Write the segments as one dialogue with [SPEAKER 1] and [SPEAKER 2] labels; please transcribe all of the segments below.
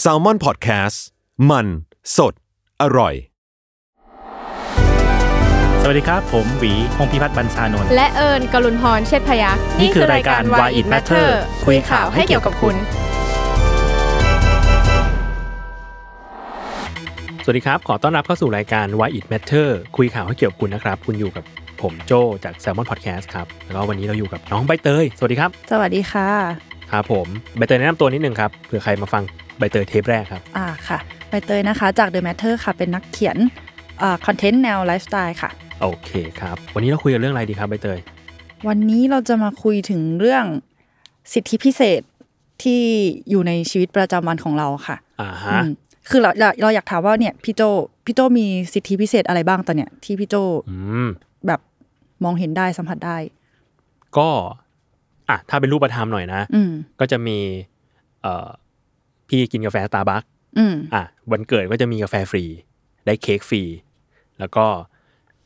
[SPEAKER 1] แซลมอนพอดแคสต์มันสดอร่อย
[SPEAKER 2] สวัสดีครับ ผมหวีพงพิพัฒน์บรรชานนท์
[SPEAKER 3] และเอิญกลุนพรเชษฐพยักษ์
[SPEAKER 2] นี่คือรายการ Why It Matter
[SPEAKER 3] คุยข่าวให้เกี่ยวกับคุณ
[SPEAKER 2] สวัสดีครับ ขอต้อนรับเข้าสู่รายการ Why It Matter คุยข่าวให้เกี่ยวกับคุณนะครับ คุณอยู่กับผมโจจาก Salmon Podcast ครับ แล้วก็วันนี้เราอยู่กับน้องใบเตย สวัสดีครับ
[SPEAKER 4] สวัสดีค่ะ
[SPEAKER 2] ครับผม ใบเตยแนะนำตัวนิดนึงครับ เผื่อใครมาฟังใบเตยเทปแรกครับ
[SPEAKER 4] อ่าค่ะ ใบเตยนะคะ จาก The Matter ค่ะ เป็นนักเขียนอ่าคอนเทนต์แนวไลฟ์สไตล์ค่ะ
[SPEAKER 2] โอเคครับ วันนี้เราคุยกันเรื่องอะไรดีครับใบเตย
[SPEAKER 4] วันนี้เราจะมาคุยถึงเรื่องสิทธิพิเศษที่อยู่ในชีวิตประจำวันของเราค่ะ
[SPEAKER 2] อ่า
[SPEAKER 4] อื
[SPEAKER 2] ฮะ
[SPEAKER 4] มคือเราเราเราอยากถามว่าเนี่ยพี่โจพี่โจมีสิทธิพิเศษอะไรบ้างตอนเนี้ยที่พี่โจ
[SPEAKER 2] อืม
[SPEAKER 4] แบบมองเห็นได้สัมผัสได้
[SPEAKER 2] ก็ อ่ะ ถ้าเป็นรูปธรรมหน่อยนะ
[SPEAKER 4] อืม
[SPEAKER 2] ก็จะมี เอ่อ พี่กินกาแฟตาบัค
[SPEAKER 4] อืม
[SPEAKER 2] อ่ะวันเกิดก็จะมีกาแฟฟรี ได้เค้กฟรี แล้วก็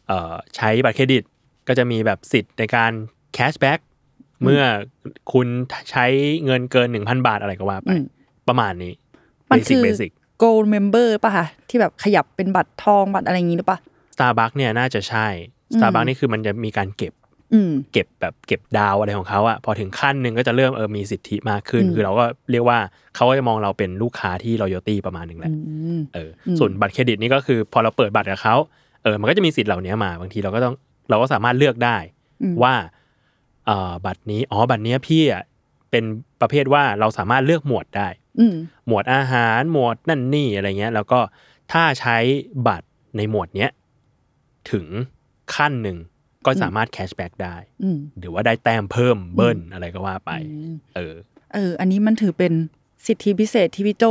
[SPEAKER 2] เอ่อใช้บัตรเครดิตก็จะมีแบบสิทธิ์ในการแคชแบ็กเมื่อคุณใช้เงินเกิน 1,000 บาทอะไรก็ว่าไป
[SPEAKER 4] อืม
[SPEAKER 2] ประมาณนี้
[SPEAKER 4] มัน
[SPEAKER 2] สิก
[SPEAKER 4] คือ
[SPEAKER 2] เบสิก
[SPEAKER 4] gold member ป่ะคะที่แบบขยับเป็นบัตรทองบัตรอะไรอย่างงี้หรือปะ
[SPEAKER 2] สตาร์บัคเนี่ยน่าจะใช่
[SPEAKER 4] อื
[SPEAKER 2] ส
[SPEAKER 4] ม
[SPEAKER 2] ตาร์บัคนี่คือมันจะมีการเก็บ
[SPEAKER 4] อืม
[SPEAKER 2] เก็บแบบเก็บดาวอะไรของเขาอะพอถึงขั้นหนึ่งก็จะเริ่มเออมีสิทธิมากขึ้น
[SPEAKER 4] อืม
[SPEAKER 2] คือเราก็เรียกว่าเขาก็จะมองเราเป็นลูกค้าที่รอยตี้ประมาณหนึ่งแหละ
[SPEAKER 4] อืม
[SPEAKER 2] เอออ
[SPEAKER 4] ม
[SPEAKER 2] ส่วนบัตรเครดิตนี่ก็คือพอเราเปิดบัตรกับเขาเออมันก็จะมีสิทธิ์เหล่านี้มาบางทีเราก็ต้องเราก็สามารถเลือกได้
[SPEAKER 4] อืม
[SPEAKER 2] ว่าเอ่อบัตรนี้อ๋อบัตรเนี้ยพี่อ่ะเป็นประเภทว่าเราสามารถเลือกหมวดได้
[SPEAKER 4] อืม
[SPEAKER 2] หมวดอาหารหมวดนั่นนี่อะไรเงี้ย แล้วก็ถ้าใช้บัตรในหมวดเนี้ยถึงขั้นหนึ่งก็สามารถแคชแบ็กได้
[SPEAKER 4] อืม
[SPEAKER 2] หรือว่าได้แต้มเพิ่มเบิ้ลอะไรก็ว่าไป
[SPEAKER 4] อืม
[SPEAKER 2] เออ
[SPEAKER 4] เออ อันนี้มันถือเป็นสิทธิพิเศษที่พี่โจ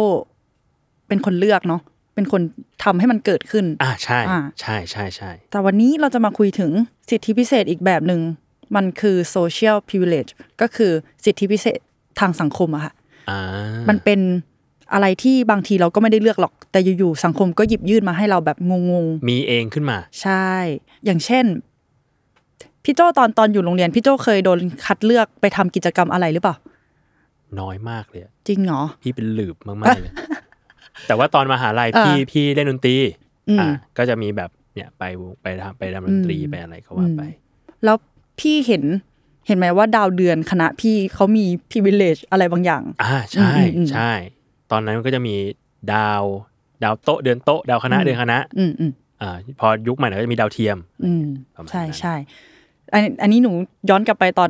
[SPEAKER 4] เป็นคนเลือกเนาะ เป็นคนทำให้มันเกิดขึ้น
[SPEAKER 2] อ่าใช่
[SPEAKER 4] อ่า
[SPEAKER 2] ใช่ใช่ใช่
[SPEAKER 4] แต่วันนี้เราจะมาคุยถึงสิทธิพิเศษอีกแบบหนึ่ง มันคือ social privilege ก็คือสิทธิพิเศษทางสังคมอะค่ะ
[SPEAKER 2] อ่ามั
[SPEAKER 4] มันเป็นอะไรที่บางทีเราก็ไม่ได้เลือกหรอก แต่อยู่ๆสังคมก็หยิบยื่นมาให้เราแบบงง
[SPEAKER 2] มีเองขึ้นมา
[SPEAKER 4] ๆ ใช่ อย่างเช่น พี่โจตอนตอนอยู่โรงเรียน พี่โจเคยโดนคัดเลือกไปทำกิจกรรมอะไรหรือเปล่า
[SPEAKER 2] น้อยมากเลยอะ
[SPEAKER 4] จริงเหรอ
[SPEAKER 2] พี่เป็นหลืบมาก ๆเลย แต่ว่าตอนมหาลัย
[SPEAKER 4] อ่า
[SPEAKER 2] พี่พี่เล่นดนตรี
[SPEAKER 4] อืม
[SPEAKER 2] อ่า ก็จะมีแบบเนี่ยไปวงไปทำไปทำดนตรี
[SPEAKER 4] อืม
[SPEAKER 2] ไปอะไรก็ว่าไป
[SPEAKER 4] แล้วพี่เห็นเห็นไหมว่าดาวเดือนคณะพี่เขามี privilege อะไรบางอย่าง
[SPEAKER 2] อ่าใช่
[SPEAKER 4] อืมอืมอืม
[SPEAKER 2] ใช่ ตอนนั้นมันก็จะมีดาว ดาวโต๊ะเดือนโต๊ะดาวคณะเดือนคณะ
[SPEAKER 4] อืมอืม
[SPEAKER 2] อ่า พอยุคใหม่หน่อยก็จะมีดาวเทียม
[SPEAKER 4] อืม
[SPEAKER 2] ประมาณนั้น
[SPEAKER 4] ใช่ใช่อันอันนี้หนูย้อนกลับไปตอน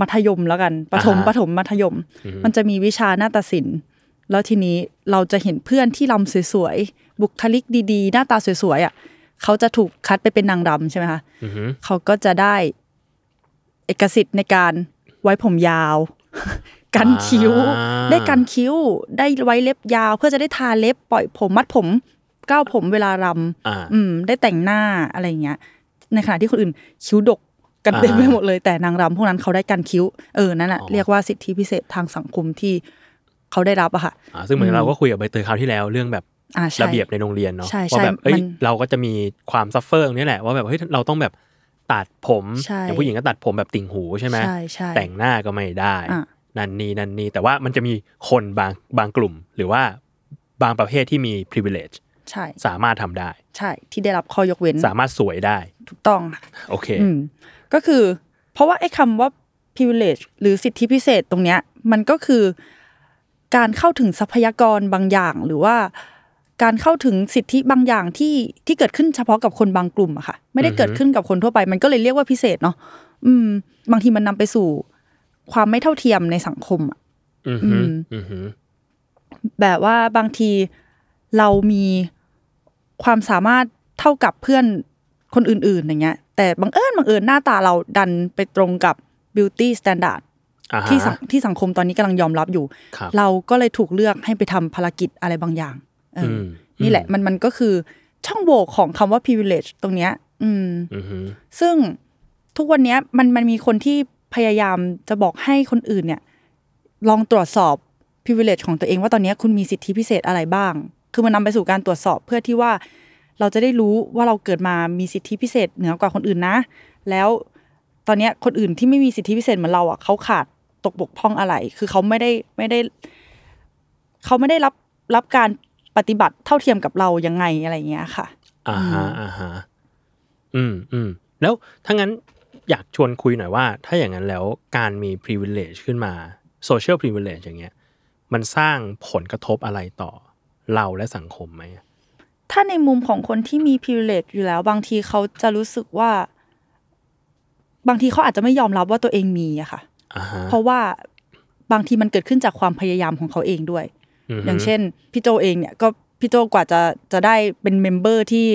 [SPEAKER 4] มัธยมแล้วกันประถม
[SPEAKER 2] อ่าฮะ
[SPEAKER 4] ประถมมัธยม
[SPEAKER 2] อืม
[SPEAKER 4] มันจะมีวิชาหน้าตาสิน แล้วทีนี้เราจะเห็นเพื่อนที่ลำสวยๆ บุคลิกดีๆ หน้าตาสวยๆอ่ะเขาจะถูกคัดไปเป็นนางรำใช่ไหมคะ
[SPEAKER 2] อือฮึ
[SPEAKER 4] เขาก็จะได้เอกสิทธิ์ในการไว้ผมยาว กันคิ้ว
[SPEAKER 2] อ่า
[SPEAKER 4] ได้กันคิ้วได้ไว้เล็บยาวเพื่อจะได้ทาเล็บปล่อยผมมัดผมก้าวผมเวลาร
[SPEAKER 2] อ่า
[SPEAKER 4] ำอืม ได้แต่งหน้าอะไรอย่างเงี้ย ในขณะที่คนอื่นคิ้วดกกัน
[SPEAKER 2] อ่า
[SPEAKER 4] เต็มไปหมดเลยแต่นางรำพวกนั้นเขาได้กันคิ้ว เออนั่นแหละ
[SPEAKER 2] อ๋อ
[SPEAKER 4] เรียกว่าสิทธิพิเศษทางสังคมที่เขาได้รับอะค่ะ
[SPEAKER 2] อ่า ซึ่งเหมือ
[SPEAKER 4] อื
[SPEAKER 2] น
[SPEAKER 4] ม
[SPEAKER 2] เราก็คุยกับใบเตยคราวที่แล้วเรื่องแบบ
[SPEAKER 4] อ่าใช่
[SPEAKER 2] ระเบียบในโรงเรียนเนาะ
[SPEAKER 4] ใช่ใช่
[SPEAKER 2] ว่าแบบเอ้
[SPEAKER 4] มั
[SPEAKER 2] ย
[SPEAKER 4] น
[SPEAKER 2] เราก็จะมีความซัฟเฟอร์ตรงนี้แหละว่าแบบเฮ้ยเราต้องแบบตัดผม
[SPEAKER 4] ใช่
[SPEAKER 2] อย่างผู้หญิงก็ตัดผมแบบติ่งหูใช่ไหม
[SPEAKER 4] ใช่ใช่
[SPEAKER 2] แต่งหน้าก็ไม่ได้
[SPEAKER 4] อ่ะ
[SPEAKER 2] นันนี่นันนี่แต่ว่ามันจะมีคนบางบางกลุ่ม หรือว่าบางประเภทที่มี privilege
[SPEAKER 4] ใช่
[SPEAKER 2] สามารถทำได้
[SPEAKER 4] ใช่ที่ได้รับข้อยกเว้น
[SPEAKER 2] สามารถสวยได้
[SPEAKER 4] ถูกต้องค่ะ
[SPEAKER 2] โอเค
[SPEAKER 4] อืมก็คือ เพราะว่าไอ้คำว่า privilege หรือสิทธิพิเศษตรงเนี้ย มันก็คือการเข้าถึงทรัพยากรบางอย่างหรือว่า การเข้าถึงสิทธิบางอย่างที่ที่เกิดขึ้นเฉพาะกับคนบางกลุ่มอะค่ะ ไม่ได้
[SPEAKER 2] อือฮึ
[SPEAKER 4] เกิดขึ้นกับคนทั่วไป มันก็เลยเรียกว่าพิเศษเนาะอืม บางทีมันนำไปสู่ความไม่เท่าเทียมในสังคมอะ
[SPEAKER 2] อือหือ
[SPEAKER 4] ม
[SPEAKER 2] อือหือ
[SPEAKER 4] แบบว่าบางทีเรามีความสามารถเท่ากับเพื่อนคนอื่นๆอย่างเงี้ย แต่บังเอิญบังเอิญหน้าตาเราดันไปตรงกับ beauty standard
[SPEAKER 2] อ่าฮะ
[SPEAKER 4] ที่สังที่สังคมตอนนี้กำลังยอมรับอยู่
[SPEAKER 2] ครับ
[SPEAKER 4] เราก็เลยถูกเลือกให้ไปทำภารกิจอะไรบางอย่างเออ
[SPEAKER 2] อื
[SPEAKER 4] อ
[SPEAKER 2] ม
[SPEAKER 4] นี่แหละมันมันก็คือช่องโหว่ของคำว่า privilege ตรงเนี้ย อืม
[SPEAKER 2] อือหือ
[SPEAKER 4] ซึ่งทุกวันเนี้ยมันมันมีคนที่พยายามจะบอกให้คนอื่นเนี่ย ลองตรวจสอบ privilege ของตัวเองว่าตอนเนี้ยคุณมีสิทธิพิเศษอะไรบ้าง คือมันนำไปสู่การตรวจสอบเพื่อที่ว่าเราจะได้รู้ว่าเราเกิดมามีสิทธิพิเศษเหนือกว่าคนอื่นนะ แล้วตอนเนี้ยคนอื่นที่ไม่มีสิทธิพิเศษเหมือนเราอ่ะเขาขาดตกบกพร่องอะไร คือเขาไม่ได้ไม่ได้ เขาไม่ได้รับรับการปฏิบัติเท่าเทียมกับเรายังไงอะไรอย่างเงี้ยค่ะ
[SPEAKER 2] อ่าฮะอ่าฮะอืมอืมแล้วถ้างั้นอยากชวนคุยหน่อยว่า ถ้าอย่างนั้นแล้วการมี privilege ขึ้นมา social privilege อย่างเงี้ย มันสร้างผลกระทบอะไรต่อเราและสังคมไหมอะ
[SPEAKER 4] ถ้าในมุมของคนที่มี privilege อยู่แล้ว บางทีเขาจะรู้สึกว่า บางทีเขาอาจจะไม่ยอมรับว่าตัวเองมีอะค่ะ
[SPEAKER 2] อ่าฮะ
[SPEAKER 4] เพราะว่าบางทีมันเกิดขึ้นจากความพยายามของเขาเองด้วย
[SPEAKER 2] ฮึ
[SPEAKER 4] อย่างเช่นพี่โจเองเนี่ยก็พี่โจกว่าจะจะได้เป็นเมมเบอร์ที่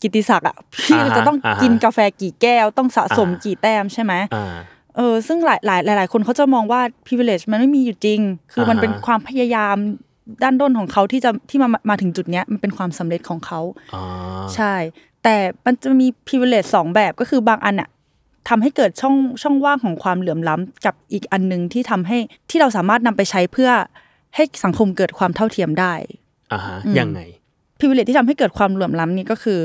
[SPEAKER 4] กิตติศักดิ์อ่ะพี่จะต้องกินกาแฟกี่แก้ว ต้องสะสมกี่แต้มใช่ไหม
[SPEAKER 2] อ่า
[SPEAKER 4] เออซึ่งหลายหลายหลาย ๆ คนเขาจะมองว่า privilege มันไม่มีอยู่จริง คือมัน
[SPEAKER 2] อ่าฮะ
[SPEAKER 4] เป็นความพยายามด้านด้นของเขาที่จะที่มามาถึงจุดเนี้ยมันเป็นความสำเร็จของเขา
[SPEAKER 2] อ๋อ
[SPEAKER 4] ใช่ แต่มันจะมี privilege สองแบบก็คือบางอันอะทำให้เกิดช่องช่องว่างของความเหลื่อมล้ำกับอีกอันหนึ่งที่ทำให้ที่เราสามารถนำไปใช้เพื่อให้สังคมเกิดความเท่าเทียมได้
[SPEAKER 2] อ่าฮะ
[SPEAKER 4] อืม
[SPEAKER 2] ยังไง
[SPEAKER 4] privilege ที่ทำให้เกิดความเหลื่อมล้ำนี่ก็คือ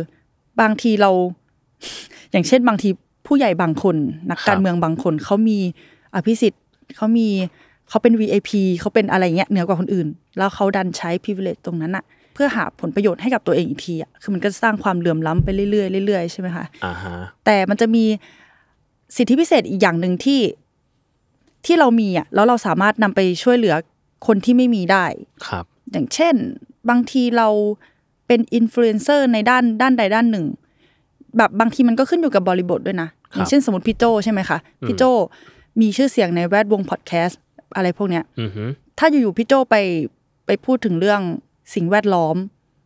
[SPEAKER 4] บางทีเรา อย่างเช่น บางทีผู้ใหญ่บางคน นักการ
[SPEAKER 2] ครับ
[SPEAKER 4] เมืองบางคนเขามีอภิสิทธิ์เขามีเขาเป็น VIP เขาเป็นอะไรเงี้ยเหนือกว่าคนอื่น แล้วเขาดันใช้ privilege ตรงนั้นอะเพื่อหาผลประโยชน์ให้กับตัวเองอีกทีอะคือมันก็สร้างความเหลื่อมล้ำไปเรื่อยๆเรื่อยๆใช่ไหมคะ
[SPEAKER 2] อ่าฮะ
[SPEAKER 4] แต่มันจะมีสิทธิพิเศษอีกอย่างหนึ่งที่ที่เรามีอะแล้วเราสามารถนำไปช่วยเหลือคนที่ไม่มีได้
[SPEAKER 2] ครับ
[SPEAKER 4] อย่างเช่น บางทีเราเป็นอินฟลูเอนเซอร์ในด้านด้านใดด้านหนึ่ง แบบบางทีมันก็ขึ้นอยู่กับบริบทด้วยนะ
[SPEAKER 2] ครับ
[SPEAKER 4] อย่างเช่นสมมติพี่โจใช่ไหมคะพี่โจมีชื่อเสียงในแวดวงพอดแคสต์อะไรพวกเนี้ย
[SPEAKER 2] อือฮึ
[SPEAKER 4] ถ้าอยู่ๆพี่โจไปไปพูดถึงเรื่องสิ่งแวดล้อม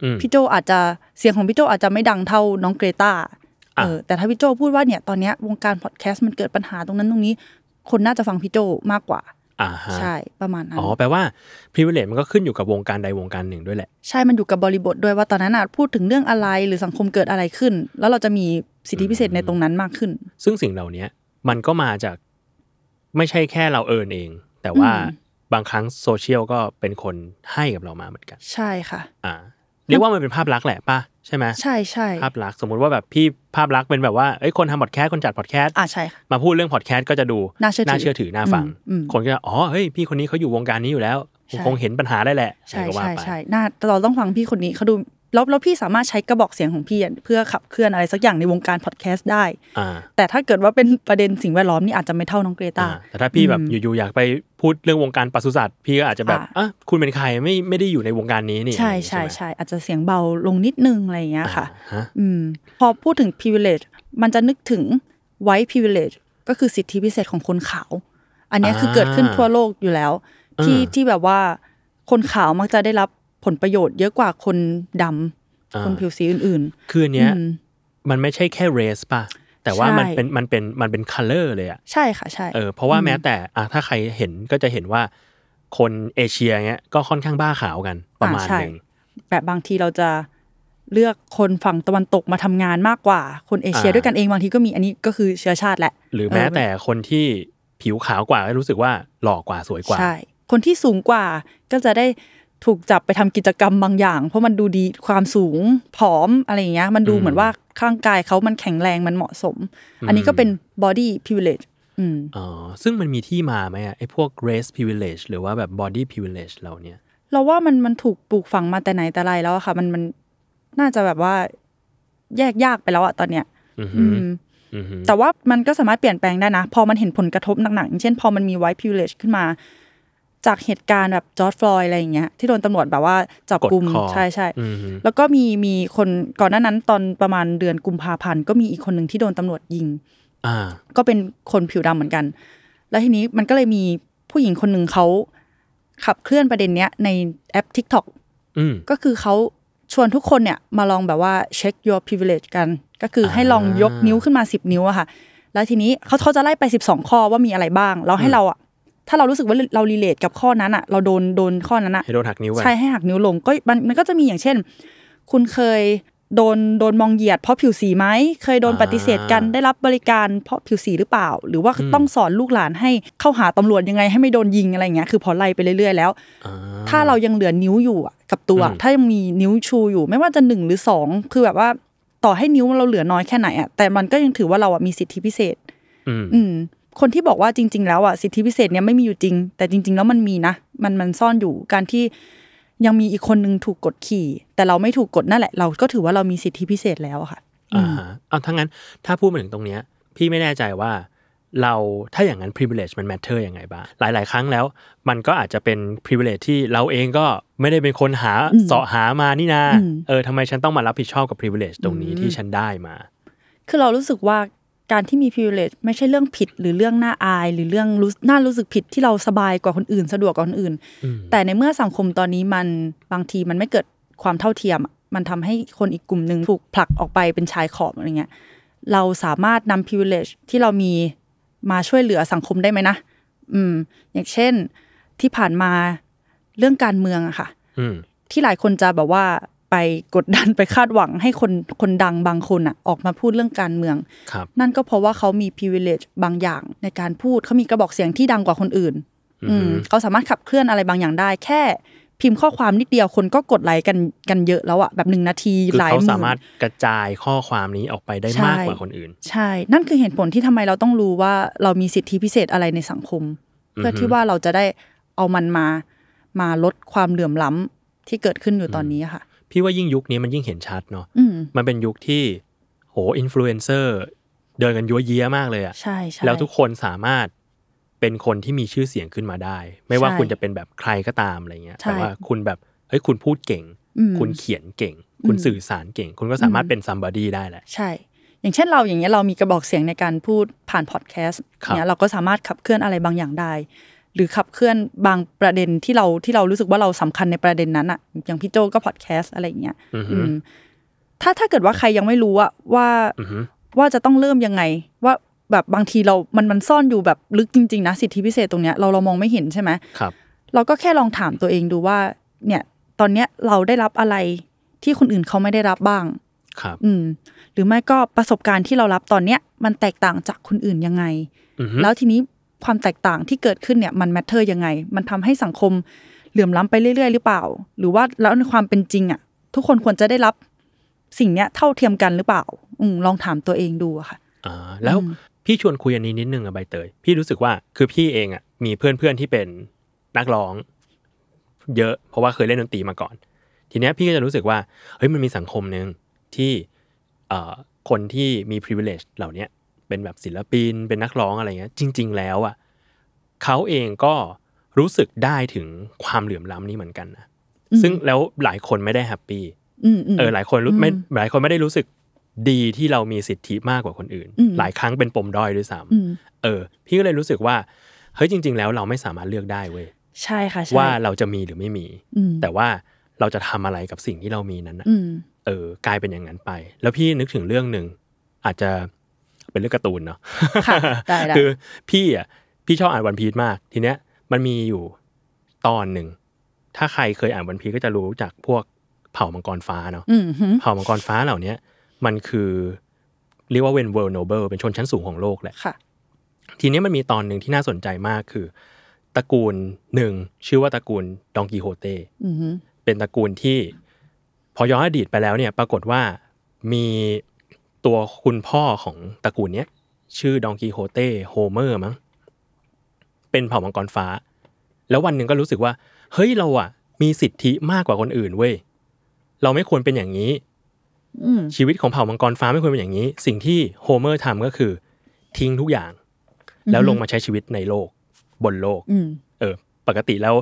[SPEAKER 2] อืม
[SPEAKER 4] พี่โจอาจจะเสียงของพี่โจอาจจะไม่ดังเท่าน้องเกรตา
[SPEAKER 2] อ่ะ
[SPEAKER 4] เออแต่ถ้าพี่โจพูดว่าเนี่ยตอนเนี้ยวงการพอดแคสต์มันเกิดปัญหาตรงนั้นตรงนี้ คนน่าจะฟังพี่โจมากกว่า
[SPEAKER 2] อ่าฮะ
[SPEAKER 4] ใช่ประมาณนั้น
[SPEAKER 2] อ๋อแปลว่า privilege มันก็ขึ้นอยู่กับวงการใดวงการหนึ่งด้วยแหละ
[SPEAKER 4] ใช่ มันอยู่กับบริบทด้วยว่าตอนนั้นน่ะพูดถึงเรื่องอะไรหรือสังคมเกิดอะไรขึ้น แล้วเราจะมีสิทธิพิเศษในตรงนั้นมากขึ้น
[SPEAKER 2] ซึ่งสิ่งเหล่านี้มันก็มาจากไม่ใช่แค่เราเอิญเอง แต่ว่า
[SPEAKER 4] อืม
[SPEAKER 2] บางครั้งโซเชียลก็เป็นคนให้กับเรามาเหมือนกัน
[SPEAKER 4] ใช่ค่ะ
[SPEAKER 2] อ่า เรียกว่ามันเป็นภาพลักษณ์แหละป่ะใช่ไหม
[SPEAKER 4] ใช่ใช่
[SPEAKER 2] ภาพลักษณ์สมมุติว่าแบบพี่ภาพลักษณ์เป็นแบบว่าเอ้ยคนทำพอดแคสต์คนจัดพอดแคสต์
[SPEAKER 4] อ่าใช่ค่ะ
[SPEAKER 2] มาพูดเรื่องพอดแคสต์ก็จะดู
[SPEAKER 4] น่าเชื่อถือ
[SPEAKER 2] ถือน่าฟัง
[SPEAKER 4] อืมอืม
[SPEAKER 2] คนก็จะอ๋อเฮ้ยพี่คนนี้เขาอยู่วงการนี้อยู่แล้ว
[SPEAKER 4] ใช่
[SPEAKER 2] คงเห็นปัญหาได้แหละ
[SPEAKER 4] ใช่
[SPEAKER 2] อะไรก็ว่า
[SPEAKER 4] ใช่
[SPEAKER 2] ไป
[SPEAKER 4] ใช่น่าเราต้องฟังพี่คนนี้เขาดูแล้วแล้วพี่สามารถใช้กระบอกเสียงของพี่อ่ะเพื่อขับเคลื่อนอะไรสักอย่างในวงการพอดแคสต์ได้
[SPEAKER 2] อ่า
[SPEAKER 4] แต่ถ้าเกิดว่าเป็นประเด็นสิ่งแวดล้อมนี่อาจจะไม่เท่าน้องเกรตา
[SPEAKER 2] อ่าแต่ถ้าพี่แบบ
[SPEAKER 4] อืม
[SPEAKER 2] อยู่ๆอยากไปพูดเรื่องวงการปศุสัตว์พี่ก็อาจจะแบบ
[SPEAKER 4] อ่ะ
[SPEAKER 2] อ่ะคุณเป็นใครไม่ไม่ได้อยู่ในวงการนี้นี่
[SPEAKER 4] ใช่
[SPEAKER 2] อะไรอ
[SPEAKER 4] ใช่
[SPEAKER 2] ย่างงี้
[SPEAKER 4] ใช่อาจจะเสียงเบาลงนิดนึงอะไรอย่างเงี้ย
[SPEAKER 2] ไหม
[SPEAKER 4] ค่ะ
[SPEAKER 2] อ่าฮะ
[SPEAKER 4] อืมพอพูดถึง privilege มันจะนึกถึง white privilege ก็คือสิทธิพิเศษของคนขาว อันเนี้ยคือเกิดขึ้นทั่วโลกอยู่แล้ว ที่
[SPEAKER 2] อ่า
[SPEAKER 4] ที่แบบว่าคนขาวมักจะได้รับผลประโยชน์เยอะกว่าคนดำ
[SPEAKER 2] อ่า
[SPEAKER 4] คนผิวสีอื่น
[SPEAKER 2] คืออัน
[SPEAKER 4] ๆ
[SPEAKER 2] เนี้ย
[SPEAKER 4] อืม
[SPEAKER 2] มันไม่ใช่แค่เรสป่ะ แต่ว่า
[SPEAKER 4] ใช่
[SPEAKER 2] มันเป็นมันเป็นมันเป็นคัลเลอร์เลยอะ
[SPEAKER 4] ใช่ค่ะใช่
[SPEAKER 2] เออเพราะว่าแม้แต่อ่ะถ้าใครเห็นก็จะเห็นว่า คนเอเชียเงี้ยก็ค่อนข้างบ้าขาวกันประมาณ
[SPEAKER 4] อ่าใช่
[SPEAKER 2] หนึ่ง
[SPEAKER 4] แบบบางทีเราจะเลือกคนฝั่งตะวันตกมาทำงานมากกว่า คนเอเชียด้วยกันเองบางทีก็มีอันนี้ก็คือเชื้อชาติแหละ
[SPEAKER 2] หรือ
[SPEAKER 4] เออ
[SPEAKER 2] แม้แต่คนที่ผิวขาวกว่าก็รู้สึกว่าหล่อกว่าสวยกว่า
[SPEAKER 4] ใช่ คนที่สูงกว่าก็จะได้ถูกจับไปทำกิจกรรมบางอย่าง เพราะมันดูดีความสูงผอมอะไรอย่างเงี้ยมันดู
[SPEAKER 2] อืม
[SPEAKER 4] เหมือนว่าร่างกายเขามันแข็งแรงมันเหมาะสม
[SPEAKER 2] อืม
[SPEAKER 4] อันนี้ก็เป็น body privilege อืม
[SPEAKER 2] อ๋อซึ่งมันมีที่มาไหมอะไอ้พวก race privilege หรือว่าแบบ body privilege เราเนี่ย
[SPEAKER 4] เราว่ามันมันถูกปลูกฝังมาแต่ไหนแต่ไรแล้วอะค่ะ มันมันน่าจะแบบว่าแยกยากไปแล้วอะตอนเนี้ย
[SPEAKER 2] อือ
[SPEAKER 4] อื
[SPEAKER 2] หือ
[SPEAKER 4] ม
[SPEAKER 2] อือหือ
[SPEAKER 4] แต่ว่ามันก็สามารถเปลี่ยนแปลงได้นะ พอมันเห็นผลกระทบหนักๆอย่างเช่น พอมันมี white privilege ขึ้นมา จากเหตุการณ์แบบจอร์ดฟลอยอะไรอย่างเงี้ยที่โดนตำรวจแบบว่าจับ
[SPEAKER 2] กด
[SPEAKER 4] กลุ่ม
[SPEAKER 2] คอ
[SPEAKER 4] ใช่ใช่
[SPEAKER 2] อือหือ
[SPEAKER 4] แล้วก็มีมีคนก่อนหน้านั้นตอนประมาณเดือนกุมภาพันธ์ก็มีอีกคนหนึ่งที่โดนตำรวจยิง
[SPEAKER 2] อ่า
[SPEAKER 4] ก็เป็นคนผิวดำเหมือนกัน แล้วทีนี้มันก็เลยมีผู้หญิงคนหนึ่งเขาขับเคลื่อนประเด็นเนี้ยในแอป TikTok
[SPEAKER 2] อืม
[SPEAKER 4] ก็คือเขาชวนทุกคนเนี่ยมาลองแบบว่าเช็ค your privilege กัน ก็คือให้ลอง
[SPEAKER 2] อ่าย
[SPEAKER 4] ยกนิ้วขึ้นมา 10 นิ้วอะค่ะ แล้วทีนี้เขาเขาจะไล่ไป 12 ข้อว่ามีอะไรบ้าง แล้วให้เราอะถ้าเรารู้สึกว่าเรารีเลทกับข้อนั้นอะเราโดนโดนข้อนั้นอะ
[SPEAKER 2] ให้โดนหักนิ้วกัน
[SPEAKER 4] ใช่ให้หักนิ้วลงก็มันมันก็จะมีอย่างเช่น คุณเคยโดนโดนมองเหยียดเพราะผิวสีไหมเคยโดนปฏิเสธกันได้รับบริการเพราะผิวสีหรือเปล่า หรือว่าต้องสอนลูกหลานให้เข้าหาตำรวจยังไงให้ไม่โดนยิงอะไรอย่างเงี้ยคือพอไล่ไปเรื่อยๆแล้ว
[SPEAKER 2] อ่
[SPEAKER 4] ถ้าเรายังเหลือนิ้วอยู่อะกับตัว
[SPEAKER 2] อืม
[SPEAKER 4] ถ้ายังมีนิ้วชูอยู่ ไม่ว่าจะหนึ่งหรือสองคือแบบว่าต่อให้นิ้วเราเหลือน้อยแค่ไหนอะแต่มันก็ยังถือว่าเราอะมีสิทธิพิเศษ
[SPEAKER 2] อืม
[SPEAKER 4] อืมคนที่บอกว่าจริง ๆ แล้วอ่ะสิทธิพิเศษเนี่ยไม่มีอยู่จริง แต่จริง ๆ แล้วมันมีนะ มันมันซ่อนอยู่การที่ ยังมีอีกคนนึงถูกกดขี่ แต่เราไม่ถูกกดนั่นแหละ เราก็ถือว่าเรามีสิทธิพิเศษแล้วอะค่ะ
[SPEAKER 2] อ่าฮะเอาทั้างนั้นถ้าพูดมาถึงตรงเนี้ย พี่ไม่แน่ใจว่าเราถ้าอย่างนั้น privilege มัน matter ยังไงบ้าง หลาย ๆ ครั้งแล้ว มันก็อาจจะเป็น privilege ที่เราเองก็ไม่ได้เป็นคนหา
[SPEAKER 4] อืม
[SPEAKER 2] เสาะหามานี่นา
[SPEAKER 4] อืม
[SPEAKER 2] เออทำไมฉันต้องมารับผิดชอบกับ privilege ตรงนี้ที่ฉันได้มา
[SPEAKER 4] คือเรารู้สึกว่าการที่มี privilege ไม่ใช่เรื่องผิดหรือเรื่องน่าอาย หรือเรื่องรู้น่ารู้สึกผิดที่เราสบายกว่าคนอื่น สะดวกกว่าคนอื่น
[SPEAKER 2] อืม
[SPEAKER 4] แต่ในเมื่อสังคมตอนนี้มันบางทีมันไม่เกิดความเท่าเทียมอะมันทำให้คนอีกกลุ่มหนึ่งถูกผลักออกไปเป็นชายขอบอะไรเงี้ยเราสามารถนำ privilege ที่เรามีมาช่วยเหลือสังคมได้ไหมนะอืม อย่างเช่นที่ผ่านมาเรื่องการเมืองอะค่ะ
[SPEAKER 2] อืม
[SPEAKER 4] ที่หลายคนจะแบบว่าไปกดดัน ไปคาดหวังให้คนคนดังบางคนอ่ะออกมาพูดเรื่องการเมือง
[SPEAKER 2] ครับ
[SPEAKER 4] นั่นก็เพราะว่าเขามี privilege บางอย่างในการพูดเขามีกระบอกเสียงที่ดังกว่าคนอื่น อืมเขาสามารถขับเคลื่อนอะไรบางอย่างได้ แค่พิมพ์ข้อความนิดเดียวคนก็กดไลค์กันกันเยอะแล้วอะแบบหนึ่งนาที
[SPEAKER 2] คือ
[SPEAKER 4] หลาย
[SPEAKER 2] เขา
[SPEAKER 4] หมื่
[SPEAKER 2] สามารถ
[SPEAKER 4] น
[SPEAKER 2] กระจายข้อความนี้ออกไปได้มาก
[SPEAKER 4] ใช่
[SPEAKER 2] กว่าคนอื่น
[SPEAKER 4] ใช่ นั่นคือเหตุผลที่ทำไมเราต้องรู้ว่าเรามีสิทธิพิเศษอะไรในสังคม เพื่อที่ว่าเราจะได้เอามันมา มาลดความเหลื่อมล้ำที่เกิดขึ้นอยู่ตอนนี้อะค่ะ
[SPEAKER 2] พี่ว่ายิ่งยุคนี้มันยิ่งเห็นชัดเนาะ
[SPEAKER 4] อืม
[SPEAKER 2] มันเป็นยุคที่โหอินฟลูเอนเซอร์เดินกันยั่วเยี้ยมากเลยอะ
[SPEAKER 4] ใช่ใช่
[SPEAKER 2] แล้วทุกคนสามารถเป็นคนที่มีชื่อเสียงขึ้นมาได้ ไม่ว่า
[SPEAKER 4] ใช่
[SPEAKER 2] คุณจะเป็นแบบใครก็ตามอะไรเงี้ย
[SPEAKER 4] ใช่
[SPEAKER 2] แต่ว่าคุณแบบเฮ้ยคุณพูดเก่ง
[SPEAKER 4] อืม
[SPEAKER 2] คุณเขียนเก่ง คุณ
[SPEAKER 4] อืม
[SPEAKER 2] สื่อสารเก่ง คุณก็สามารถ
[SPEAKER 4] อืม
[SPEAKER 2] เป็นซัมบอดี้ได้แหละ
[SPEAKER 4] ใช่ อย่างเช่นเราอย่างเงี้ยเรามีกระบอกเสียงในการพูดผ่านพอดแคสต์
[SPEAKER 2] ครับ
[SPEAKER 4] เนี้ยเราก็สามารถขับเคลื่อนอะไรบางอย่างได้ หรือขับเคลื่อนบางประเด็นที่เราที่เรารู้สึกว่าเราสำคัญในประเด็นนั้นอะอย่างพี่โจก็พอดแคสต์อะไรอย่างเงี้ย
[SPEAKER 2] อือ
[SPEAKER 4] อื
[SPEAKER 2] หือ
[SPEAKER 4] มถ้าถ้าเกิดว่าใครยังไม่รู้อะว่า
[SPEAKER 2] อือหือ
[SPEAKER 4] ว่าจะต้องเริ่มยังไง ว่าแบบบางทีเรา มันมันซ่อนอยู่แบบลึกจริงๆนะสิทธิพิเศษตรงเนี้ยเราเรามองไม่เห็นใช่ไหม
[SPEAKER 2] ครับ
[SPEAKER 4] เราก็แค่ลองถามตัวเองดูว่า เนี่ย ตอนเนี้ยเราได้รับอะไรที่คนอื่นเขาไม่ได้รับบ้าง
[SPEAKER 2] ครับ
[SPEAKER 4] อืมหรือไม่ก็ประสบการณ์ที่เรารับตอนเนี้ยมันแตกต่างจากคนอื่นยังไง
[SPEAKER 2] อือหือ
[SPEAKER 4] แล้วทีนี้ความแตกต่างที่เกิดขึ้นเนี่ยมันแมทเทอร์ยังไง มันทำให้สังคมเหลื่อมล้ำไปเรื่อยๆ หรือเปล่า หรือว่าแล้วในความเป็นจริงอ่ะ ทุกคนควรจะได้รับสิ่งเนี้ยเท่าเทียมกันหรือเปล่าอืมลองถามตัวเองดูอะค่ะ
[SPEAKER 2] อ่าแล้ว
[SPEAKER 4] อืม
[SPEAKER 2] พี่ชวนคุยอันนี้นิดนึงอะใบเตย พี่รู้สึกว่าคือพี่เองอะมีเพื่อนเพื่อนๆที่เป็นนักร้อง เยอะ เพราะว่าเคยเล่นดนตรีมาก่อน ทีเนี้ยพี่ก็จะรู้สึกว่าเฮ้ยมันมีสังคมหนึ่งที่เอ่อคนที่มี privilege เหล่าเนี้ยเป็นแบบศิลปิน เป็นนักร้องอะไรเงี้ย จริง ๆ แล้วอะเขาเองก็รู้สึกได้ถึงความเหลื่อมล้ำนี้เหมือนกันนะ
[SPEAKER 4] อืม
[SPEAKER 2] ซึ่งแล้วหลายคนไม่ได้แฮปปี้
[SPEAKER 4] อืมอืม
[SPEAKER 2] เออหลายคนรู้ไม่
[SPEAKER 4] อืม
[SPEAKER 2] หลายคนไม่ได้รู้สึกดีที่เรามีสิทธิมากกว่าคนอื่น
[SPEAKER 4] อืม
[SPEAKER 2] หลายครั้งเป็นปมด้อยด้วยซ้
[SPEAKER 4] อืม
[SPEAKER 2] ำเออ พี่ก็เลยรู้สึกว่าเฮ้ยจริง ๆ แล้วเราไม่สามารถเลือกได้เว้ย
[SPEAKER 4] ใช่ค่ะใช่
[SPEAKER 2] ว่าเราจะมีหรือไม่มี
[SPEAKER 4] อืม
[SPEAKER 2] แต่ว่าเราจะทำอะไรกับสิ่งที่เรามีนั้นน่ะ
[SPEAKER 4] อืม
[SPEAKER 2] เออกลายเป็นอย่างนั้นไป แล้วพี่นึกถึงเรื่องหนึ่งอาจจะเป็นเรื่องการ์ตูนเนาะ
[SPEAKER 4] ค่ะได้ ได้
[SPEAKER 2] คือพี่อ่ะพี่ชอบอ่านวันพี e มาก ทีเนี้ยมันมีอยู่ตอนหนึ่งถ้าใครเคยอ่านวันพีก็จะรู้จากพวกเผ่ามังกรฟ้าเนาะ
[SPEAKER 4] อืมหืม
[SPEAKER 2] เผ่ามังกรฟ้าเหล่าเนี้ยมันคือเรียกว่าเวนเวิลด์โนเบิลเป็นชนชั้นสูงของโลกแหละ
[SPEAKER 4] ค่ะ
[SPEAKER 2] ทีเนี้ยมันมีตอนหนึ่งที่น่าสนใจมากคือตระกูลหนึ่งชื่อว่าตระกูลดองกิโฮเต
[SPEAKER 4] อืมหืม
[SPEAKER 2] เป็นตระกูลที่พอย้อนอดีตไปแล้วเนี่ยปรากฏว่ามีตัวคุณพ่อของตระกูลเนี้ยชื่อดองกีโฮเต้โฮเมอร์มั้งเป็นเผ่ามังกรฟ้า แล้ววันหนึ่งก็รู้สึกว่า เฮ้ยเราอะมีสิทธิมากกว่าคนอื่นเว้ยเราไม่ควรเป็นอย่างนี้
[SPEAKER 4] อืม
[SPEAKER 2] ชีวิตของเผ่ามังกรฟ้าไม่ควรเป็นอย่างนี้ สิ่งที่โฮเมอร์ทำก็คือทิ้งทุกอย่าง แล้วลงมาใช้ชีวิตในโลกบนโลก
[SPEAKER 4] อืม
[SPEAKER 2] เออปกติแล้ว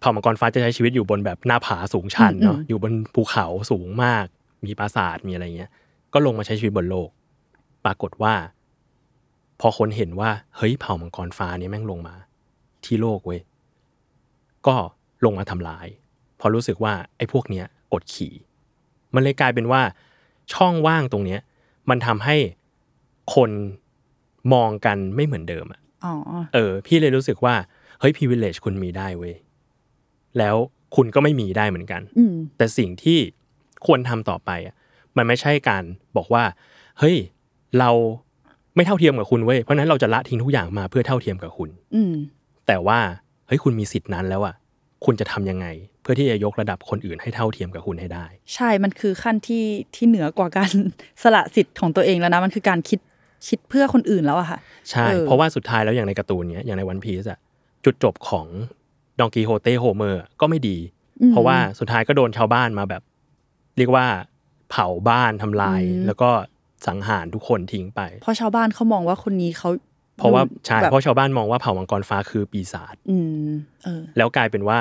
[SPEAKER 2] เผ่ามังกรฟ้าจะใช้ชีวิตอยู่บนแบบหน้าผาสูงชันเนาะ
[SPEAKER 4] อืมอืม
[SPEAKER 2] อยู่บนภูเขาสูงมาก มีปราสาทมีอะไรเงี้ย ก็ลงมาใช้ชีวิตบนโลก ปรากฏว่า พอคนเห็นว่าเฮ้ยเผ่ามังกรฟ้าเนี่ยแม่งลงมา ที่โลกเว้ยก็ลงมาทำร้ายเพอรู้สึกว่าไอ้พวกเนี้ยกดขี่ มันเลยกลายเป็นว่า ช่องว่างตรงเนี้ย มันทำให้คนมองกันไม่เหมือนเดิมอะ
[SPEAKER 4] อ๋อ
[SPEAKER 2] เออพี่เลยรู้สึกว่า เฮ้ย privilege คุณมีได้เว้ย แล้วคุณก็ไม่มีได้เหมือนกัน
[SPEAKER 4] อืม
[SPEAKER 2] แต่สิ่งที่ควรทำต่อไปอ่ะมันไม่ใช่การบอกว่า เฮ้ย เราไม่เท่าเทียมกับคุณเว้ยเพราะฉะนั้นเราจะละทิ้งทุกอย่างมาเพื่อเท่าเทียมกับคุณ
[SPEAKER 4] อืม
[SPEAKER 2] แต่ว่าเฮ้ยคุณมีสิทธินั้นแล้วอ่ะคุณจะทำยังไง เพื่อที่จะยกระดับคนอื่นให้เท่าเทียมกับคุณให้ได้
[SPEAKER 4] ใช่ มันคือขั้นที่ที่เหนือกว่าการ สละสิทธิ์ของตัวเองแล้วนะ มันคือการคิดคิดเพื่อคนอื่นแล้วอะค่ะ
[SPEAKER 2] ใช่
[SPEAKER 4] เออ
[SPEAKER 2] เพราะว่าสุดท้ายแล้วอย่างในการ์ตูนเนี้ยอย่างในวันพีซอะจุดจบของดองกีโฮเต้โฮเมอร์ก็ไม่ดี
[SPEAKER 4] อืม
[SPEAKER 2] เพราะว่าสุดท้ายก็โดนชาวบ้านมาแบบ เรียกว่าเผาบ้านทำลาย
[SPEAKER 4] อืม
[SPEAKER 2] แล้วก็สังหารทุกคนทิ้งไป
[SPEAKER 4] เพราะชาวบ้านเขามองว่าคนนี้เขา
[SPEAKER 2] เพราะว่าใช่
[SPEAKER 4] แบบ
[SPEAKER 2] เพราะชาวบ้านมองว่าเผ่ามังกรฟ้าคือปีศาจ
[SPEAKER 4] อืม เออ
[SPEAKER 2] แล้วกลายเป็นว่า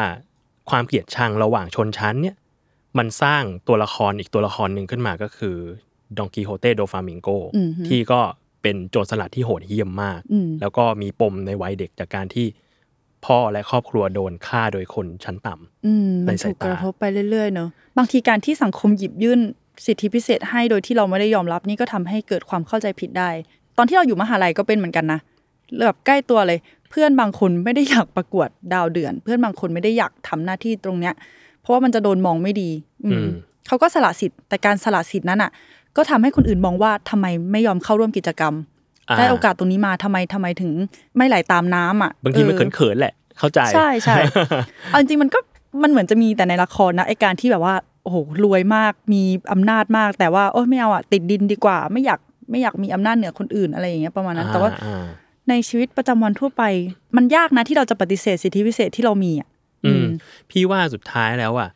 [SPEAKER 2] ความเกลียดชังระหว่างชนชั้นเนี่ยมันสร้างตัวละครอีกตัวละครหนึ่งขึ้นมาก็คือดองกีโฮเตโดฟามิงโก
[SPEAKER 4] อืมฮึ
[SPEAKER 2] ที่ก็เป็นโจรสลัดที่โหดเหี้ยมมาก
[SPEAKER 4] อืม
[SPEAKER 2] แล้วก็มีปมในวัยเด็กจากการที่พ่อและครอบครัวโดนฆ่าโดยคนชั้นต่ำ
[SPEAKER 4] อืมมัน
[SPEAKER 2] ในสา
[SPEAKER 4] ถู
[SPEAKER 2] ย
[SPEAKER 4] ก
[SPEAKER 2] ตา
[SPEAKER 4] กระทบไปเรื่อยๆเนอะบางทีการที่สังคมหยิบยื่นสิทธิพิเศษให้โดยที่เราไม่ได้ยอมรับนี่ก็ทำให้เกิดความเข้าใจผิดได้ ตอนที่เราอยู่มหาลัยก็เป็นเหมือนกันนะแบบใกล้ตัวเลย เพื่อนบางคนไม่ได้อยากประกวดดาวเดือน เพื่อนบางคนไม่ได้อยากทำหน้าที่ตรงเนี้ย เพราะว่ามันจะโดนมองไม่ดี อื
[SPEAKER 2] อื
[SPEAKER 4] ม
[SPEAKER 2] ม
[SPEAKER 4] เขาก็สละสิทธิ์แต่การสละสิทธิ์นั้นอ่ะ ก็ทำให้คนอื่นมองว่าทำไมไม่ยอมเข้าร่วมกิจกรรม
[SPEAKER 2] อ่า
[SPEAKER 4] ได้โอกาสตรงนี้มาทำไมทำไมถึงไม่ไหลตามน้ำอ่ะ
[SPEAKER 2] บางทีมัน
[SPEAKER 4] ออ
[SPEAKER 2] เขินๆแหละ เข้าใจ
[SPEAKER 4] ใช่ใช่ เอาจริงๆมันก็มันเหมือนจะมีแต่ในละครนะไอการที่แบบว่าโอ้โหรวยมากมีอำนาจมาก แต่ว่าโอ้ยไม่เอาอ่ะติดดินดีกว่า ไม่อยากไม่อยากมีอำนาจเหนือคนอื่นอะไรอย่างเงี้ยประมาณนั้น แต่ว่า
[SPEAKER 2] อ่า
[SPEAKER 4] ในชีวิตประจำวันทั่วไป มันยากนะที่เราจะปฏิเสธสิทธิพิเศษที่เรามีอ่ะ
[SPEAKER 2] อืม พี่ว่าสุดท้ายแล้วอ่ะ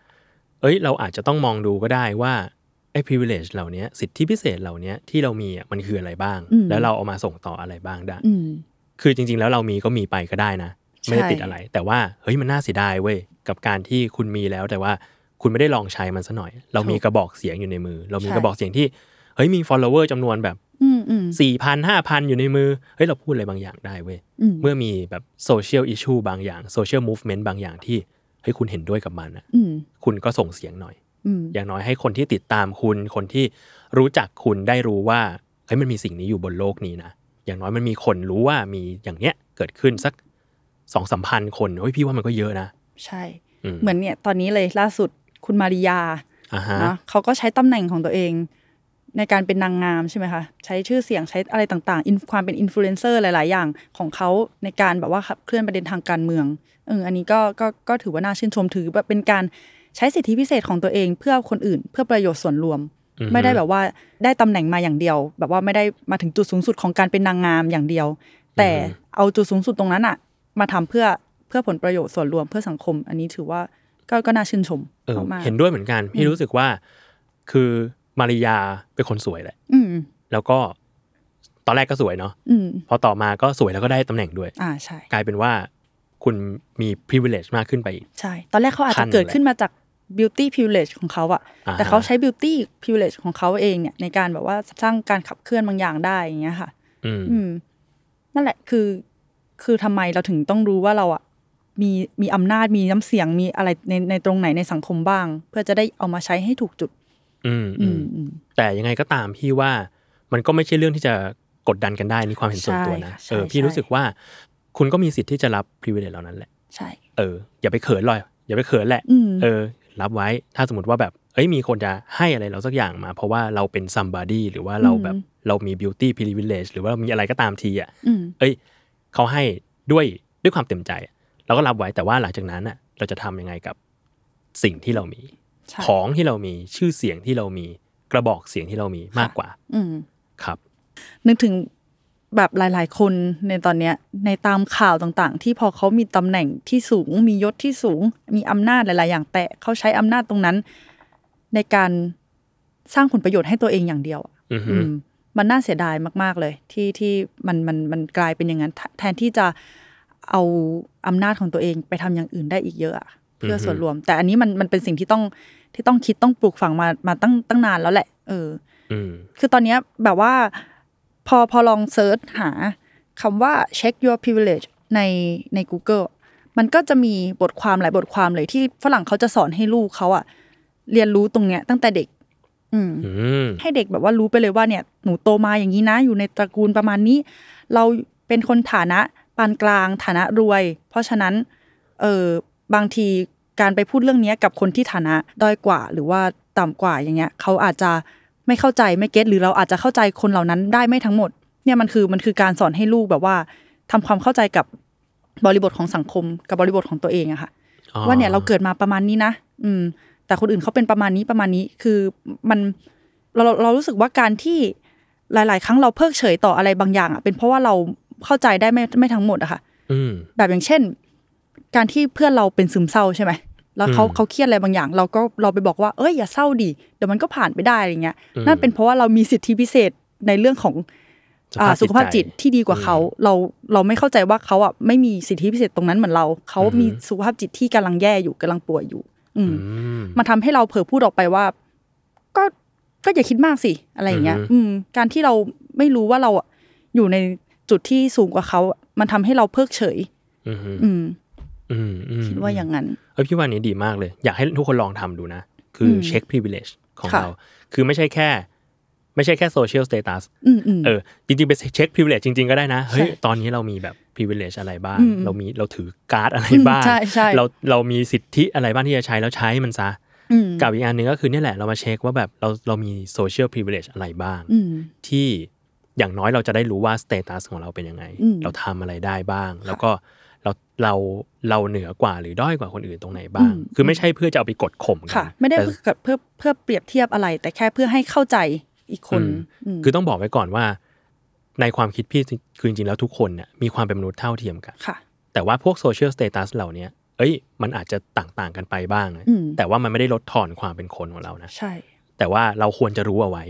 [SPEAKER 2] เอ้ย เราอาจจะต้องมองดูก็ได้ว่าไอ้ privilege เหล่าเนี้ยสิทธิพิเศษเหล่าเนี้ยที่เรามีอ่ะมันคืออะไรบ้าง
[SPEAKER 4] อืม
[SPEAKER 2] แล้วเราเอามาส่งต่ออะไรบ้างได้
[SPEAKER 4] อืม
[SPEAKER 2] คือจริง ๆ แล้วเรามีก็มีไปก็ได้นะ ไม่ได้
[SPEAKER 4] ใช่
[SPEAKER 2] ติดอะไร แต่ว่าเฮ้ยมันน่าเสียดายเว้ยกับการที่คุณมีแล้วแต่ว่าคุณไม่ได้ลองใช้มันซะหน่อย เรามีกระบอกเสียงอยู่ในมือ เรามีกระบอกเสียงที่เฮ้ยมี follower จำนวนแบบ
[SPEAKER 4] อืมอืม
[SPEAKER 2] สี่พันห้าพันอยู่ในมือ เฮ้ย เราพูดอะไรบางอย่างได้เว้ย
[SPEAKER 4] อืม
[SPEAKER 2] เมื่อมีแบบโซเชียลอิชชูบางอย่างโซเชียลมูฟเมนต์บางอย่างที่เฮ้ยคุณเห็นด้วยกับมันอะ
[SPEAKER 4] อืม
[SPEAKER 2] คุณก็ส่งเสียงหน่อย
[SPEAKER 4] อืม
[SPEAKER 2] อย่างน้อยให้คนที่ติดตามคุณ คนที่รู้จักคุณได้รู้ว่าเฮ้ยมันมีสิ่งนี้อยู่บนโลกนี้นะ อย่างน้อยมันมีคนรู้ว่ามีอย่างเนี้ยเกิดขึ้นสักสองสามพันคนเฮ้ยพี่ว่ามันก็เยอะนะ
[SPEAKER 4] ใช่ เหมื
[SPEAKER 2] อ
[SPEAKER 4] อนเนี่ย ตอนนี้เลยล่าสุดคุณมาริยา
[SPEAKER 2] อ่าฮะ
[SPEAKER 4] เนาะเขาก็ใช้ตำแหน่งของตัวเอง ในการเป็นนางงามใช่ไหมคะ ใช้ชื่อเสียงใช้อะไรต่างๆ อินความเป็นอินฟลูเอนเซอร์หลาย ๆ อย่างของเขาในการแบบว่าขับเคลื่อนประเด็นทางการเมืองเอออันนี้ก็ก็ก็ถือว่าน่าชื่นชมถือแบบเป็นการใช้สิทธิพิเศษของตัวเองเพื่อคนอื่น เพื่อประโยชน์ส่วนรวม
[SPEAKER 2] อือฮึ
[SPEAKER 4] ไม่ได้แบบว่าได้ตำแหน่งมาอย่างเดียว แบบว่าไม่ได้มาถึงจุดสูงสุดของการเป็นนางงามอย่างเดียว แต่เอาจุดสูงสุดตรงนั้นอะมาทำเพื่อเพื่อผลประโยชน์ส่วนรวมเพื่อสังคม อันนี้ถือว่าก็ก็น่าชื่นชม
[SPEAKER 2] เออ
[SPEAKER 4] มากๆ
[SPEAKER 2] เห็นด้วยเหมือนกันพี่รู้สึกว่า คือมาริยาเป็นคนสวยแหละ
[SPEAKER 4] อืม
[SPEAKER 2] แล้วก็ตอนแรกก็สวยเนาะ
[SPEAKER 4] อืม
[SPEAKER 2] พอต่อมาก็สวยแล้วก็ได้ตำแหน่งด้วย
[SPEAKER 4] อ่าใช่
[SPEAKER 2] กลายเป็นว่าคุณมี privilege มากขึ้นไปอีก
[SPEAKER 4] ใช่ ตอนแรกเขาอาจจะเกิดขึ้นมาจาก beauty privilege ของเขาอะ
[SPEAKER 2] อ่าฮะ
[SPEAKER 4] แต่เขาใช้ beauty privilege ของเขาเองเนี่ยในการแบบว่าสร้างการขับเคลื่อนบางอย่างได้อย่างเงี้ยค่ะ
[SPEAKER 2] อืม
[SPEAKER 4] อืม นั่นแหละคือ คือทำไมเราถึงต้องรู้ว่าเราอ่ะมีมีอำนาจมีน้ำเสียงมีอะไรในในตรงไหนในสังคมบ้าง เพื่อจะได้เอามาใช้ให้ถูกจุด
[SPEAKER 2] อืม
[SPEAKER 4] อื
[SPEAKER 2] อื
[SPEAKER 4] ม
[SPEAKER 2] ม
[SPEAKER 4] อืม
[SPEAKER 2] แต่ยังไงก็ตามพี่ว่ามันก็ไม่ใช่เรื่องที่จะกดดันกันได้นี่ความเห็นส่วนตัวนะ
[SPEAKER 4] ใช่ค่ะใช่
[SPEAKER 2] เออพี่
[SPEAKER 4] ใช่
[SPEAKER 2] รู้สึกว่า คุณก็มีสิทธิ์ที่จะรับ privilege เหล่านั้นแหละ
[SPEAKER 4] ใช่
[SPEAKER 2] เอออย่าไปเขินลอยอย่าไปเขินแหละ
[SPEAKER 4] อืม
[SPEAKER 2] เออ รับไว้ถ้าสมมติว่าแบบเอ้ยมีคนจะให้อะไรเราสักอย่างมา เพราะว่าเราเป็น somebody หรือว่าเราแบบ
[SPEAKER 4] อืม
[SPEAKER 2] เรามี beauty privilege หรือว่าเรามีอะไรก็ตามทีอ่ะ
[SPEAKER 4] อืม
[SPEAKER 2] เอ้ยเขาให้ด้วยด้วยความเต็มใจอะเราก็รับไว้แต่ว่าหลังจากนั้นน่ะ เราจะทำยังไงกับสิ่งที่เรามี
[SPEAKER 4] ใช่
[SPEAKER 2] ของที่เรามีชื่อเสียงที่เรามีกระบอกเสียงที่เรามีมากกว่า
[SPEAKER 4] อืม
[SPEAKER 2] ครับ
[SPEAKER 4] นึกถึงแบบหลาย ๆ คนในตอนเนี้ย ในตามข่าวต่างๆ ที่พอเขามีตำแหน่งที่สูง มียศที่สูง มีอำนาจหลาย ๆ อย่าง แต่เขาใช้อำนาจตรงนั้น ในการสร้างผลประโยชน์ให้ตัวเองอย่างเดียวอะ
[SPEAKER 2] อือฮึ
[SPEAKER 4] อืมมันน่าเสียดายมาก ๆ เลย ที่ที่มันมันมันกลายเป็นอย่างนั้นแทแทนที่จะเอาอำนาจของตัวเองไปทำอย่างอื่นได้อีกเยอะอะเพื่อส่วนรวม แต่อันนี้มันมันเป็นสิ่งที่ต้องที่ต้องคิดต้องปลูกฝังมามาตั้งตั้งนานแล้วแหละ เออ
[SPEAKER 2] อืม
[SPEAKER 4] คือตอนเนี้ยแบบว่าพอพอลองเซิร์ชหาคำว่า check your privilege ในใน Google มันก็จะมีบทความหลายบทความเลยที่ฝรั่งเขาจะสอนให้ลูกเขาอะเรียนรู้ตรงเนี้ยตั้งแต่เด็ก อืม
[SPEAKER 2] อืม
[SPEAKER 4] ให้เด็กแบบว่ารู้ไปเลยว่าเนี่ยหนูโตมาอย่างนี้นะ อยู่ในตระกูลประมาณนี้ เราเป็นคนฐานะปานกลางฐานะรวย เพราะฉะนั้นเออบางทีการไปพูดเรื่องเนี้ยกับคนที่ฐานะด้อยกว่า หรือว่าต่ำกว่าอย่างเงี้ยเขาอาจจะไม่เข้าใจไม่เก็ตหรือเราอาจจะเข้าใจคนเหล่านั้นได้ไม่ทั้งหมด เนี่ยมันคือมันคือการสอนให้ลูกแบบว่าทำความเข้าใจกับบริบทของสังคมกับบริบทของตัวเองอะค่ะ
[SPEAKER 2] อ๋อ
[SPEAKER 4] ว่าเนี่ยเราเกิดมาประมาณนี้นะ อืม แต่คนอื่นเขาเป็นประมาณนี้ประมาณนี้ คือมันเราเราเรารู้สึกว่าการที่หลาย ๆ ครั้งเราเพิกเฉยต่ออะไรบางอย่างอ่ะ เป็นเพราะว่าเราเข้าใจได้ไม่ไม่ทั้งหมดอะค่ะ
[SPEAKER 2] อืม
[SPEAKER 4] แบบอย่างเช่น การที่เพื่อนเราเป็นซึมเศร้าใช่ไหม แล้วเขา
[SPEAKER 2] อืม
[SPEAKER 4] เขาเครียดอะไรบางอย่าง เราก็เราไปบอกว่าเอ้ยอย่าเศร้าดิเดี๋ยวมันก็ผ่านไปได้อะไรเงี้ย
[SPEAKER 2] อืม
[SPEAKER 4] นั่นเป็นเพราะว่าเรามีสิทธิพิเศษในเรื่องของอ่า
[SPEAKER 2] สุ
[SPEAKER 4] สุ
[SPEAKER 2] ข
[SPEAKER 4] ข
[SPEAKER 2] ภา
[SPEAKER 4] ภา
[SPEAKER 2] พ
[SPEAKER 4] พ
[SPEAKER 2] จิ
[SPEAKER 4] จิ
[SPEAKER 2] ต
[SPEAKER 4] ตที่ดีกว่าเขาเราเราไม่เข้าใจว่าเขาอ่ะไม่มีสิทธิพิเศษตรงนั้นเหมือนเราเขา
[SPEAKER 2] อือหือ
[SPEAKER 4] มีสุขภาพจิตที่กำลังแย่อยู่กำลังป่วยอยู่ อืม
[SPEAKER 2] อืม
[SPEAKER 4] มันทำให้เราเผลอพูดออกไปว่า ก็ก็อย่าคิดมากสิอะไรอย่างเงี้ย
[SPEAKER 2] อือฮึ
[SPEAKER 4] อืม การที่เราไม่รู้ว่าเราอะอยู่ในจุดที่สูงกว่าเขา มันทำให้เราเพิกเฉย
[SPEAKER 2] อืม
[SPEAKER 4] อืม
[SPEAKER 2] อืมอืม
[SPEAKER 4] คิดว่าอย่างนั้น
[SPEAKER 2] เอยพี่ว่าอันนี้ดีมากเลย อยากให้ทุกคนลองทำดูนะ คืออ
[SPEAKER 4] ม
[SPEAKER 2] เช็ค privilege ของ
[SPEAKER 4] ค่ะ
[SPEAKER 2] เรา คือไม่ใช่แค่ ไม่ใช่แค่ social status
[SPEAKER 4] อืมอืม
[SPEAKER 2] เออจริงๆไปเช็ค privilege จริงๆก็ได้นะ เฮ้ย
[SPEAKER 4] ใช่
[SPEAKER 2] ตอนนี้เรามีแบบ privilege อะไรบ้าง
[SPEAKER 4] อืม
[SPEAKER 2] เรามีเราถือการ์ดอะไรบ้าง
[SPEAKER 4] อืมใช่ใช่
[SPEAKER 2] เราเรามีสิทธิอะไรบ้างที่จะใช้แล้วใช้มันซะ
[SPEAKER 4] อืม
[SPEAKER 2] กับอีกอันหนึ่งก็คือเนี่ยแหละเรามาเช็คว่าแบบเราเรามี social privilege อะไรบ้าง
[SPEAKER 4] อืม
[SPEAKER 2] ที่อย่างน้อยเราจะได้รู้ว่าสเตตัสของเราเป็นยังไง
[SPEAKER 4] อืม
[SPEAKER 2] เราทำอะไรได้บ้าง แล้วก็เราเราเราเหนือกว่าหรือด้อยกว่าคนอื่นตรงไหนบ้าง
[SPEAKER 4] อืม
[SPEAKER 2] คือไม่ใช่เพื่อจะเอาไปกดข่มกั
[SPEAKER 4] ค่ะ ไม่ได้
[SPEAKER 2] แต่
[SPEAKER 4] เพื่อเพื่อเพื่อเปรียบเทียบอะไร แต่แค่เพื่อให้เข้าใจอีกคน
[SPEAKER 2] อืม
[SPEAKER 4] ม
[SPEAKER 2] คือต้องบอกไว้ก่อนว่า ในความคิดพี่คือจริงๆแล้วทุกคนเนี่ยมีความเป็นมนุษย์เท่าเทียมกัน
[SPEAKER 4] ค่ะ
[SPEAKER 2] แต่ว่าพวกโซเชียลสเตตัสเหล่าเนี้ยเอ้ย มันอาจจะต่างๆกันไปบ้างนะ
[SPEAKER 4] อืม
[SPEAKER 2] แต่ว่ามันไม่ได้ลดทอนความเป็นคนของเรานะ
[SPEAKER 4] ใช่
[SPEAKER 2] แต่ว่าเราควรจะรู้เอาไว้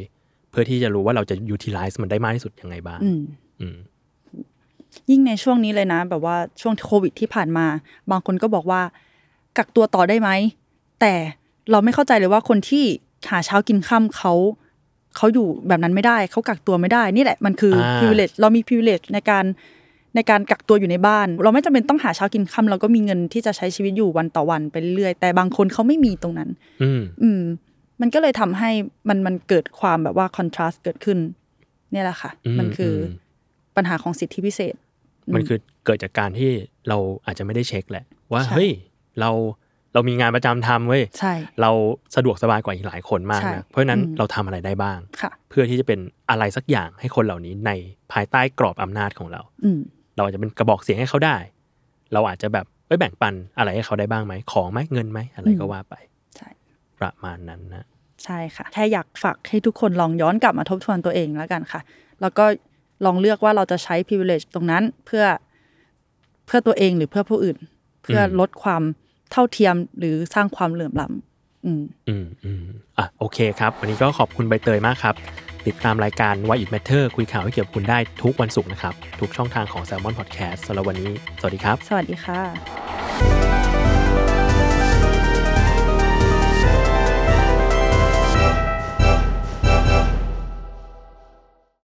[SPEAKER 2] เพื่อที่จะรู้ว่าเราจะยูทิลไลซ์มันได้มากที่สุดยังไงบ้าง
[SPEAKER 4] อืม
[SPEAKER 2] อืม
[SPEAKER 4] ยิ่งในช่วงนี้เลยนะ แบบว่าช่วงโควิดที่ผ่านมา บางคนก็บอกว่า กักตัวต่อได้ไหม แต่เราไม่เข้าใจเลยว่าคนที่หาเช้ากินค่ำเขา เขาอยู่แบบนั้นไม่ได้ เขากักตัวไม่ได้ นี่แหละมันคือ
[SPEAKER 2] อ่า
[SPEAKER 4] privilege เรามี privilege ในการในการกักตัวอยู่ในบ้าน เราไม่จำเป็นต้องหาเช้ากินค่ำเราก็มีเงินที่จะใช้ชีวิตอยู่วันต่อวันไปเรื่อยๆแต่บางคนเขาไม่มีตรงนั้น
[SPEAKER 2] อืม
[SPEAKER 4] อืม มันก็เลยทำให้มันมันเกิดความแบบว่า contrast เกิดขึ้น เนี่ยแหละค่ะ
[SPEAKER 2] อืม
[SPEAKER 4] มันคืออ
[SPEAKER 2] ม
[SPEAKER 4] ปัญหาของสิทธิพิเศษ
[SPEAKER 2] มันคือเกิดจากการที่เราอาจจะไม่ได้เช็คแหละ ว่า
[SPEAKER 4] ใช่
[SPEAKER 2] เฮ้ยเราเรามีงานประจำทำเว้ย
[SPEAKER 4] ใช่
[SPEAKER 2] เราสะดวกสบายกว่าอีกหลายคนมาก
[SPEAKER 4] ใช่
[SPEAKER 2] นะเพราะฉะนั้น
[SPEAKER 4] อืม
[SPEAKER 2] เราทำอะไรได้บ้าง
[SPEAKER 4] ค่ะ
[SPEAKER 2] เพื่อที่จะเป็นอะไรสักอย่างให้คนเหล่านี้ในภายใต้กรอบอำนาจของเรา
[SPEAKER 4] อืม
[SPEAKER 2] เราอาจจะเป็นกระบอกเสียงให้เขาได้ เราอาจจะแบบไปแบ่งปันอะไรให้เขาได้บ้างไหมของไหมเงินไหมอะไรก็ว่าไป
[SPEAKER 4] ใช่
[SPEAKER 2] ประมาณนั้นนะ
[SPEAKER 4] ใช่ค่ะ แค่อยากฝากให้ทุกคนลองย้อนกลับมาทบทวนตัวเองแล้วกันค่ะ แล้วก็ลองเลือกว่าเราจะใช้ privilege ตรงนั้นเพื่อเพื่อตัวเองหรือเพื่อผู้อื่น เพื่อลดความเท่าเทียมหรือสร้างความเหลื่อมล้ำอืม
[SPEAKER 2] อืมอืมอ่ะโอเคครับ วันนี้ก็ขอบคุณใบเตยมากครับ ติดตามรายการ Why It Matter คุยข่าวให้เกี่ยวกับคุณได้ทุกวันศุกร์นะครับ ทุกช่องทางของ Salmon Podcast สำหรับวันนี้ สวัสดีครับ
[SPEAKER 4] สวัสดีค่ะ